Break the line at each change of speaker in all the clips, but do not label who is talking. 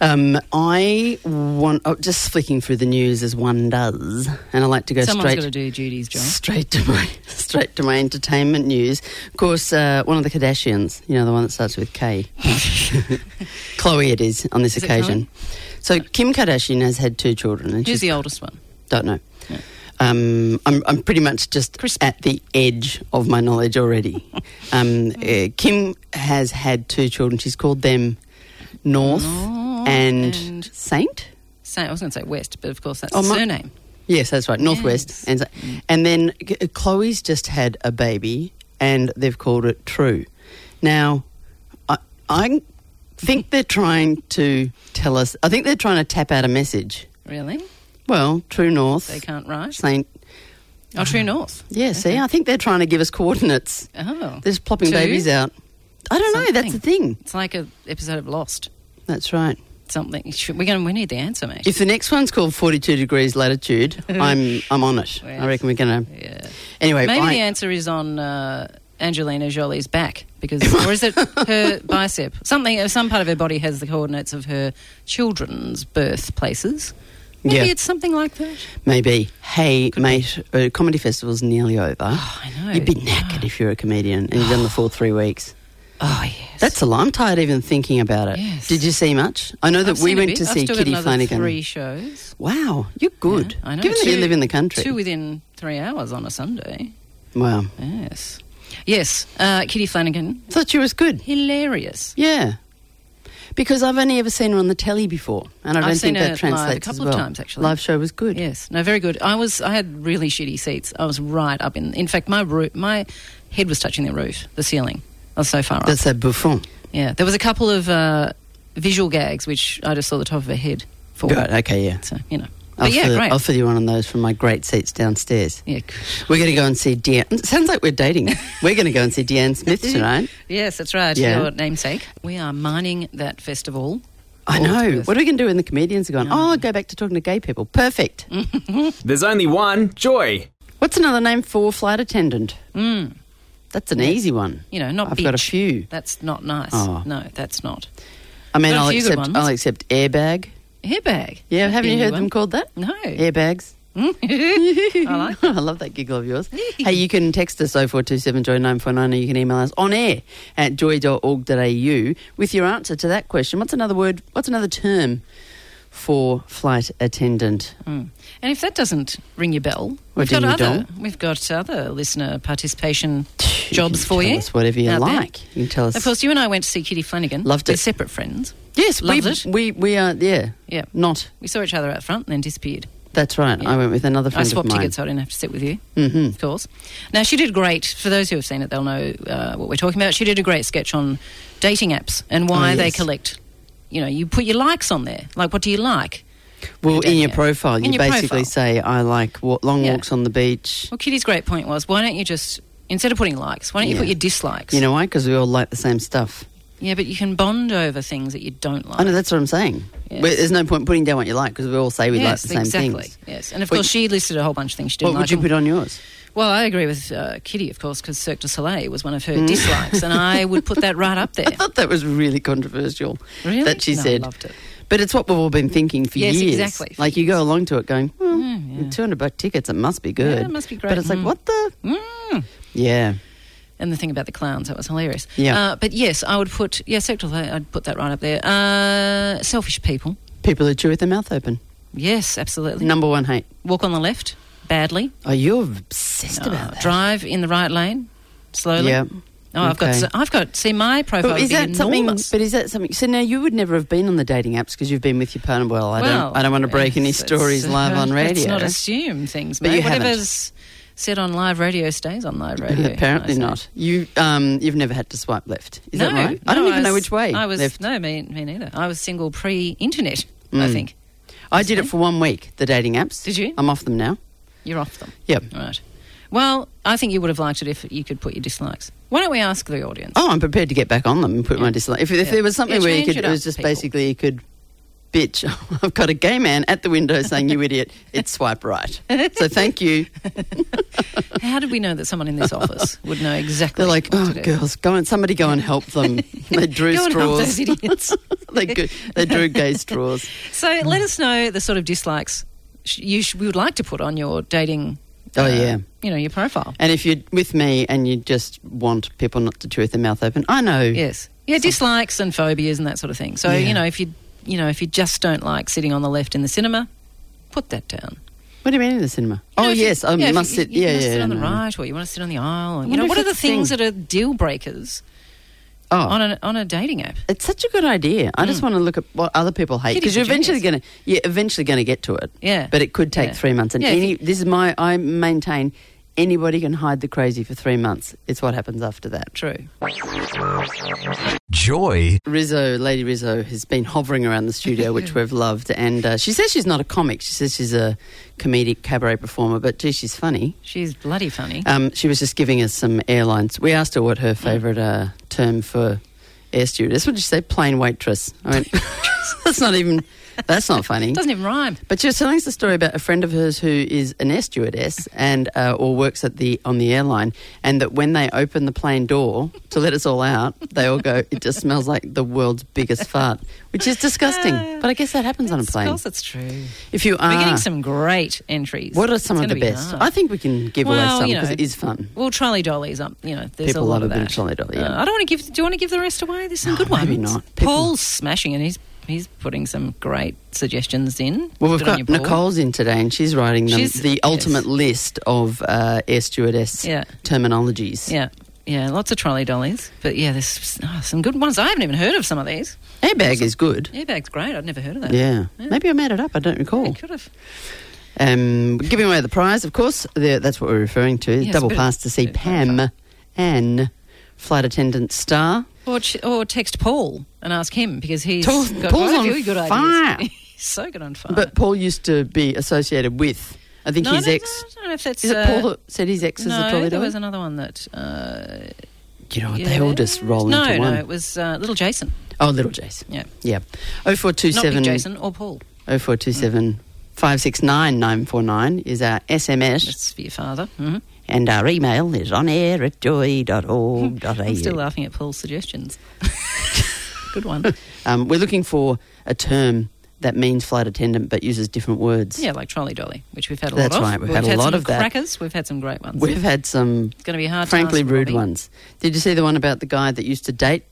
Um, I want oh, just flicking through the news as one does, and I like to go
Someone's
straight
got to do Judy's job.
straight to my straight to my entertainment news. Of course, uh, one of the Kardashians, you know, the one that starts with K, Chloe. It is on this
it
occasion. So Kim Kardashian has had two children, and
Who's
she's
the oldest one?
don't know. Um, I'm, I'm pretty much just at the edge of my knowledge already. um, uh, Kim has had two children. She's called them North, and,
and-
Saint.
Sa- I was going to say West, but of course that's
Oh,
the
my-
surname.
Yes, that's right. Northwest.
Yes. Mm.
And, so- and then G- uh, Chloe's just had a baby and they've called it True. Now, I, I think they're trying to tell us, I think they're trying to tap out a message.
Really?
Well, True North.
They can't write.
Saint.
Oh, True North.
Yeah, see, I think they're trying to give us coordinates.
Oh,
They're just plopping
Two?
babies out. I don't know. That's the thing.
It's like a episode of Lost.
That's right.
Something. Should- We're going. to We need the answer, mate.
If the next one's called 42 degrees latitude, I'm I'm on it. I
Yes.
reckon we're going to.
yeah.
Anyway,
Maybe
I-
the answer is on uh, Angelina Jolie's back because, or is it her bicep? Something. uh, Some part of her body has the coordinates of her children's birthplaces. Maybe
Yeah.
it's something like that.
Maybe. Hey, mate, uh, comedy festival's nearly over. I
Oh, know.
You'd be knackered if you're a comedian and you've done the full three weeks.
Oh yes.
That's a lot. I'm tired even thinking about it.
Yes.
Did you see much? I know that
I've
we
seen a
went
bit.
to
I've
see
still got
Kitty
another
Flanagan.
Three shows.
Wow, you're good.
Yeah, I know.
Given that you
Two-
live in the country.
Two within three hours on a Sunday.
wow.
Yes. Yes. Uh, Kitty Flanagan.
Thought you was good.
Hilarious.
Yeah. Because I've only ever seen her on the telly before, and I
I've
don't
seen
think that
her live a
translates
couple
as
of
well.
times, actually.
Live show was good.
Yes. No, very good. I was I had really shitty seats. I was right up in in fact my roo my head was touching the roof, the ceiling. I was so far up.
That's a buffon.
yeah. There was a couple of uh, visual gags which I just saw the top of her head for.
Good. Okay. Yeah.
So, you know. But
I'll
yeah,
fill-
great.
I'll fill you one on those from my great seats downstairs.
yeah.
We're going to go and see Deanne. It sounds like we're dating. We're going to go and see Deanne Smith tonight.
Yes, that's right.
Yeah.
Your namesake. We are mining that festival.
I
All to
know.
us.
Oh, What are we going to do when the comedians are gone? Oh, I'll go back to talking to gay people. Perfect.
Mm.
There's only one joy.
What's another name for flight attendant? Mm. That's an easy one.
You know, not
I've got a
bitch.
few.
That's not nice.
Oh.
No, that's not.
I mean,
Got a
I'll
few good
accept.
ones.
I'll accept airbag.
Hairbag.
Yeah,
That'd
haven't
be a
you
new
heard
one.
them called that?
No. Mm.
Airbags.
I like
I love that giggle of yours. hey, you can text us 0427 Joy 949 or you can email us on air at joy.org.au with your answer to that question. What's another word? What's another term for flight attendant?
Hmm. And if that doesn't ring your bell,
Well,
we've got
ding your
other we've got other listener participation
You
jobs
can
for
tell
you.
us whatever you
out there.
like. You can tell us.
Of course, you and I went to see Kitty Flanagan.
Loved
We're
it.
separate friends.
yes,
loved
we,
it.
We we are yeah
Yeah.
not.
We saw each other out front and then disappeared.
That's right. I went with another
I
friend
swapped
of mine.
tickets so I didn't have to sit with you, mm-hmm. of course. Now, she did great. For those who have seen it, they'll know uh, what we're talking about. She did a great sketch on dating apps and why
Oh,
they
yes.
collect. You know, you put your likes on there. Like, what do you like?
Well, in
Yeah.
your profile,
In
you
your
basically
profile.
say I like wa- long
Yeah.
walks on the beach.
Well, Kitty's great point was why don't you just, instead of putting likes, why don't you
Yeah.
put your dislikes?
You know why? Because we all like the same stuff.
Yeah, but you can bond over things that you don't like.
I know that's what I'm saying.
Yes.
But There's no point putting down what you like because we all say we
yes,
like the same
exactly.
things.
Yes, and of
What-
course she listed a whole bunch of things she didn't
What would
like.
you
And-
put on yours?
well, I agree with uh, Kitty, of course, because Cirque du Soleil was one of her
Mm.
dislikes, and I would put that right up there.
I thought that was really controversial.
Really?
That she
No, I
said.
loved it.
But it's what we've all been thinking for
Yes,
years.
exactly, for Mm,
Like you go along to it going, well,
yeah.
200 buck tickets, it must be good.
Yeah, it must be great.
But it's like,
Mm.
what the?
Mm.
Yeah.
And the thing about the clowns, that was hilarious.
Yeah.
Uh, but yes, I would put yeah, Cirque du Soleil. I'd put that right up there. Uh, selfish people.
People who chew with their mouth open.
Yes, absolutely.
Number one hate.
Walk on the left badly.
Oh, you're obsessed
Uh,
about that.
Drive in the right lane slowly.
Yeah.
Oh, I've got.
Okay.
s- I've got. See, my profile
But is
would be
that something?
enormous.
But is that something? So now you would never have been on the dating apps because you've been with your partner. Well, I
Well,
don't. I don't want to break any
it's-
stories
it's-
live on radio.
Let's not assume things,
But
mate.
you haven't.
Whatever's said on live radio stays on live radio.
Apparently
I say.
not. You um, you've never had to swipe left. Is
no,
that right? I don't
no,
even know
was-
which way.
I was
left. Hmm.
no, me, me neither. I was single pre-internet. I think
I did it for one week, the dating apps.
Did you?
I'm off them now.
You're off them.
Yep.
All right. Well, I think you would have liked it if you could put your dislikes. Why don't we ask the audience?
Oh, I'm prepared to get back on them and put my dislike. If, if
Yeah.
there was something
Yeah,
where you
change
could,
it
it, was
up,
just
people.
basically you could, bitch, I've got a gay man at the window saying, you idiot, it's swipe right. So thank you.
How did we know that someone in this office would know exactly?
They're like,
what
oh,
to do?
girls, go and somebody go and help them. they drew
Go and help
straws.
those idiots.
they, go, they drew gay straws.
So let us know the sort of dislikes sh- you sh- we would like to put on your dating. uh,
Oh, yeah.
you know your profile.
And if you're with me and you just want people not to chew with their mouth open, I know.
Yes, yeah, dislikes and phobias and that sort of thing. So
Yeah.
you know if you you know if you just don't like sitting on the left in the cinema, put that down.
What do you mean in the cinema?
You
oh,
know, if you-
yes, I
yeah, if
must
you,
sit.
You,
yeah,
want
yeah.
Sit on the
no.
right, or you want to sit on the aisle. And,
wonder
you know
if
what are the
it's a thing.
things that are deal breakers
Oh.
on a Hmm. on a dating app?
It's such a good idea. I just want to look at what other people hate
It
because
is
you're
ingenious.
eventually going to you're eventually going to get to it.
Yeah.
but it could take
Yeah.
three months. And
Yeah, if
any
you-
this is my I maintain anybody can hide the crazy for three months. It's what happens after that.
True.
Joy.
Rizzo, Lady Rizzo, has been hovering around the studio, which we've loved, and uh, she says she's not a comic. She says she's a comedic cabaret performer, but gee, she's funny.
She's bloody funny.
Um, she was just giving us some airlines. We asked her what her favourite uh, term for air stewardess. What did she say? Plain waitress. I mean, that's not even. That's not funny.
Doesn't even rhyme.
But she was telling us a story about a friend of hers who is an air stewardess and uh, or works at the on the airline, and that when they open the plane door to let us all out, they all go. It just smells like the world's biggest fart, which is disgusting. But I guess that happens on a
Of
plane.
course, Ah, it's true.
If you are,
We're getting some great entries.
what are some
It's
of the
gonna be
best?
hard.
I think we can give away
Well,
some
you know,
because it is fun.
Well, trolley dollies, um, you know, there's
People
a
love
lot of
a
that.
bit of trolley dolly, yeah.
Uh, I don't want to give. Do you want to give the rest away? There's some good ones.
maybe not. People-
Paul's smashing it. He's he's putting some great suggestions in.
Well, we've
Good on
got
you, Paul.
Nicole's in today, and she's writing them,
She's-
the
yes.
ultimate list of uh, air stewardess
Yeah.
terminologies.
Yeah, yeah, lots of trolley dollies. But yeah, there's oh, some good ones. I haven't even heard of some of these.
Airbag is good.
Airbag's great. I'd never heard of that.
Yeah. Maybe I made it up. I don't recall.
I could have.
Um, giving away the prize, of course. The, that's what we're referring to.
Yes,
Double
but-
pass to see
Yeah,
Pam and flight attendant star.
Or, ch- or text Paul and ask him because he's
Paul-
got
Paul's
quite a
on
few good
fire.
ideas. he's so good on fire.
But Paul used to be associated with, I think
no,
his
I don't,
ex.
I don't know if that's
Is it
uh,
Paul that said his ex is
no,
a trolley
there
dolly?
was another one that. Uh,
You know what? They all just roll
no,
into
no,
one.
it was uh, little Jason.
Oh, little Jace.
Yeah,
Yeah.
not big
0427.
Jason or Paul.
0427 569 949 is our SMS,
That's for your father. hmm
and our email is on air at
I'm still
joy.org.au.
laughing at Paul's suggestions. Good one.
um, we're looking for a term that means flight attendant but uses different words.
Yeah, like trolley dolly, which we've had a
That's
lot of.
right, we've had a lot
some
of that.
Crackers. We've had some great ones.
We've had some
it's going to be a hard.
frankly
task,
rude
Robbie.
ones. Did you see the one about the guy that used to date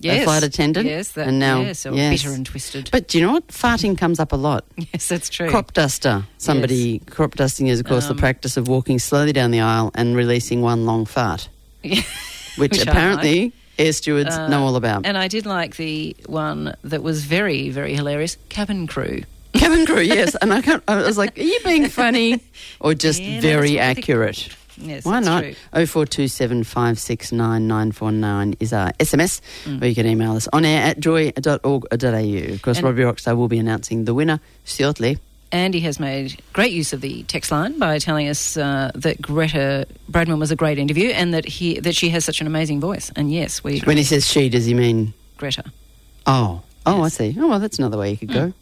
Yes.
a flight attendant?
Yes, that,
and now,
yes, or bitter and twisted.
But do you know what? Farting comes up a lot.
yes, that's true.
Crop duster. Somebody crop dusting is, of course, the
Um,
practice of walking slowly down the aisle and releasing one long fart. which,
Which I
apparently air stewards
Uh,
know all about.
and I did like the one that was very, very hilarious. Cabin crew.
Cabin crew, yes. And I, can't, I was like, are you being funny or just
Yeah, no,
very
that's what I think.
accurate?
Yes,
Why
that's
not?
True.
Oh four two seven five six nine nine four nine is our SMS,
Mm.
or you can email us on air at joy.org.au. Of course,
And-
Robbie Rockstar will be announcing the winner shortly.
Andy has made great use of the text line by telling us uh, that Greta Bradman was a great interview and that he that she has such an amazing voice. And yes, we agree.
When he says she, does he mean,
Greta.
oh, oh,
Yes.
I see. Oh, well, that's another way you could go.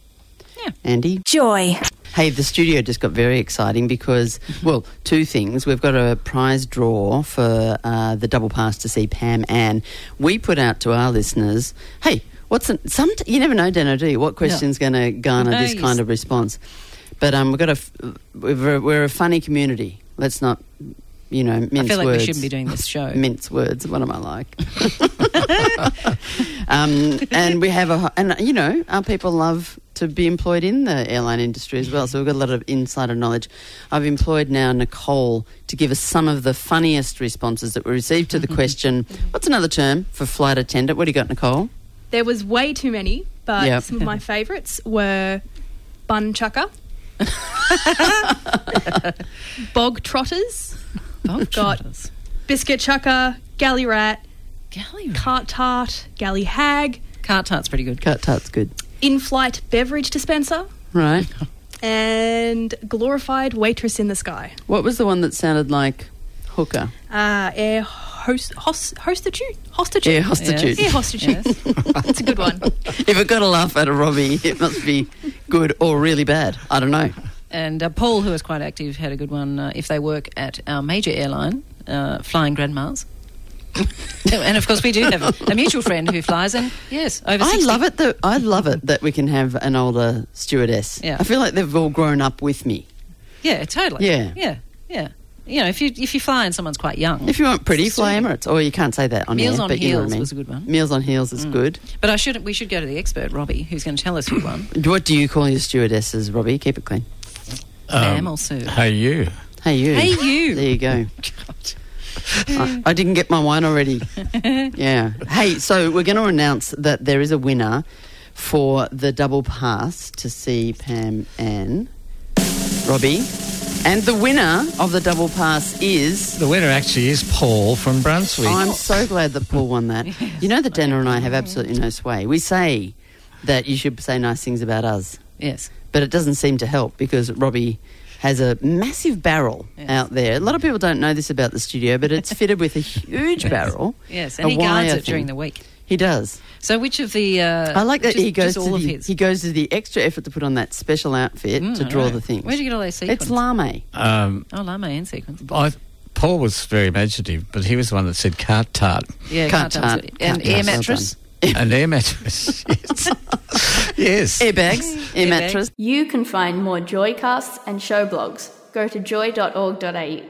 Yeah.
Andy?
Joy.
Hey, the studio just got very exciting because, well, two things. We've got a prize draw for uh, the double pass to see Pam Ann. We put out to our listeners, hey, what's an, some? You never know, Dano, do you? What question's going to garner
No,
this
you
kind
s-
of response? But um, we've got a, f- we're, we're a funny community. Let's not, you know, mince
I feel like
words.
we shouldn't be doing this show.
Mince words. What am I like? um, and we have a, and you know, our people love to be employed in the airline industry as well. So we've got a lot of insider knowledge. I've employed now Nicole to give us some of the funniest responses that we received to the question. What's another term for flight attendant? What do you got, Nicole?
There was way too many, but
Yep.
some of my favourites were bun chucker, bog trotters,
Bog
Got-
trotters.
biscuit chucker, galley rat,
Galley rat.
cart tart, galley hag,
Cart tart's pretty good.
Cut tart's good.
in-flight beverage dispenser,
Right.
and glorified waitress in the sky.
What was the one that sounded like hooker?
Uh, air host, host, hostitute? Hostitute?
Air hostitute.
Air hostitute.
Yes.
That's a good one.
If it got a laugh out of Robbie, it must be good or really bad. I don't know.
And uh, Paul, who is quite active, had a good one. Uh, if they work at our major airline, uh, flying grandmas. and of course, we do have a mutual friend who flies, and yes, over.
I
60.
love it that I love it that we can have an older stewardess.
Yeah.
I feel like they've all grown up with me.
Yeah, totally.
Yeah.
yeah, yeah. You know, if you if you fly and someone's quite young,
If you want pretty, fly Emirates. Or you can't say that on
Meals
air,
on
but you know what I
Heels
mean.
was a good one. Mm.
Meals on heels is good.
but I should we should go to the expert, Robbie, who's going to tell us who won.
What do you call your stewardesses, Robbie? Keep it clean. Um,
Ma'am or sir?
Um, Hey, you.
Hey you.
Hey, you.
There you go. I, I didn't get my wine already. yeah. Hey, so we're going to announce that there is a winner for the double pass to see Pam and Robbie. And the winner of the double pass is.
The winner actually is Paul from Brunswick.
Oh,
Oh,
I'm so glad that Paul won that. You know that Dana and I have absolutely no sway. We say that you should say nice things about us,
Yes.
but it doesn't seem to help because Robbie has a massive barrel
Yes.
out there. A lot of people don't know this about the studio, but it's fitted with a huge barrel.
Yes, and
a
he guards
wire
it during
thing.
the week.
He does.
So which of the uh,
I like that
just-
he goes
just all
to
of
the,
his.
he goes to the extra effort to put on that special outfit
Mm,
to draw
alright.
the things.
Where'd you get all those sequins?
It's lame.
Um,
oh, lama and sequins.
I, Paul was very imaginative, but he was the one that said cart tart
Yeah,
Can't
cartons.
tart.
and
Can't
air
tart. Well
mattress.
and air mattress. yes. yes.
Airbags, air
Airbags.
mattress.
You can find more Joycasts and show blogs. Go to joy.org.au.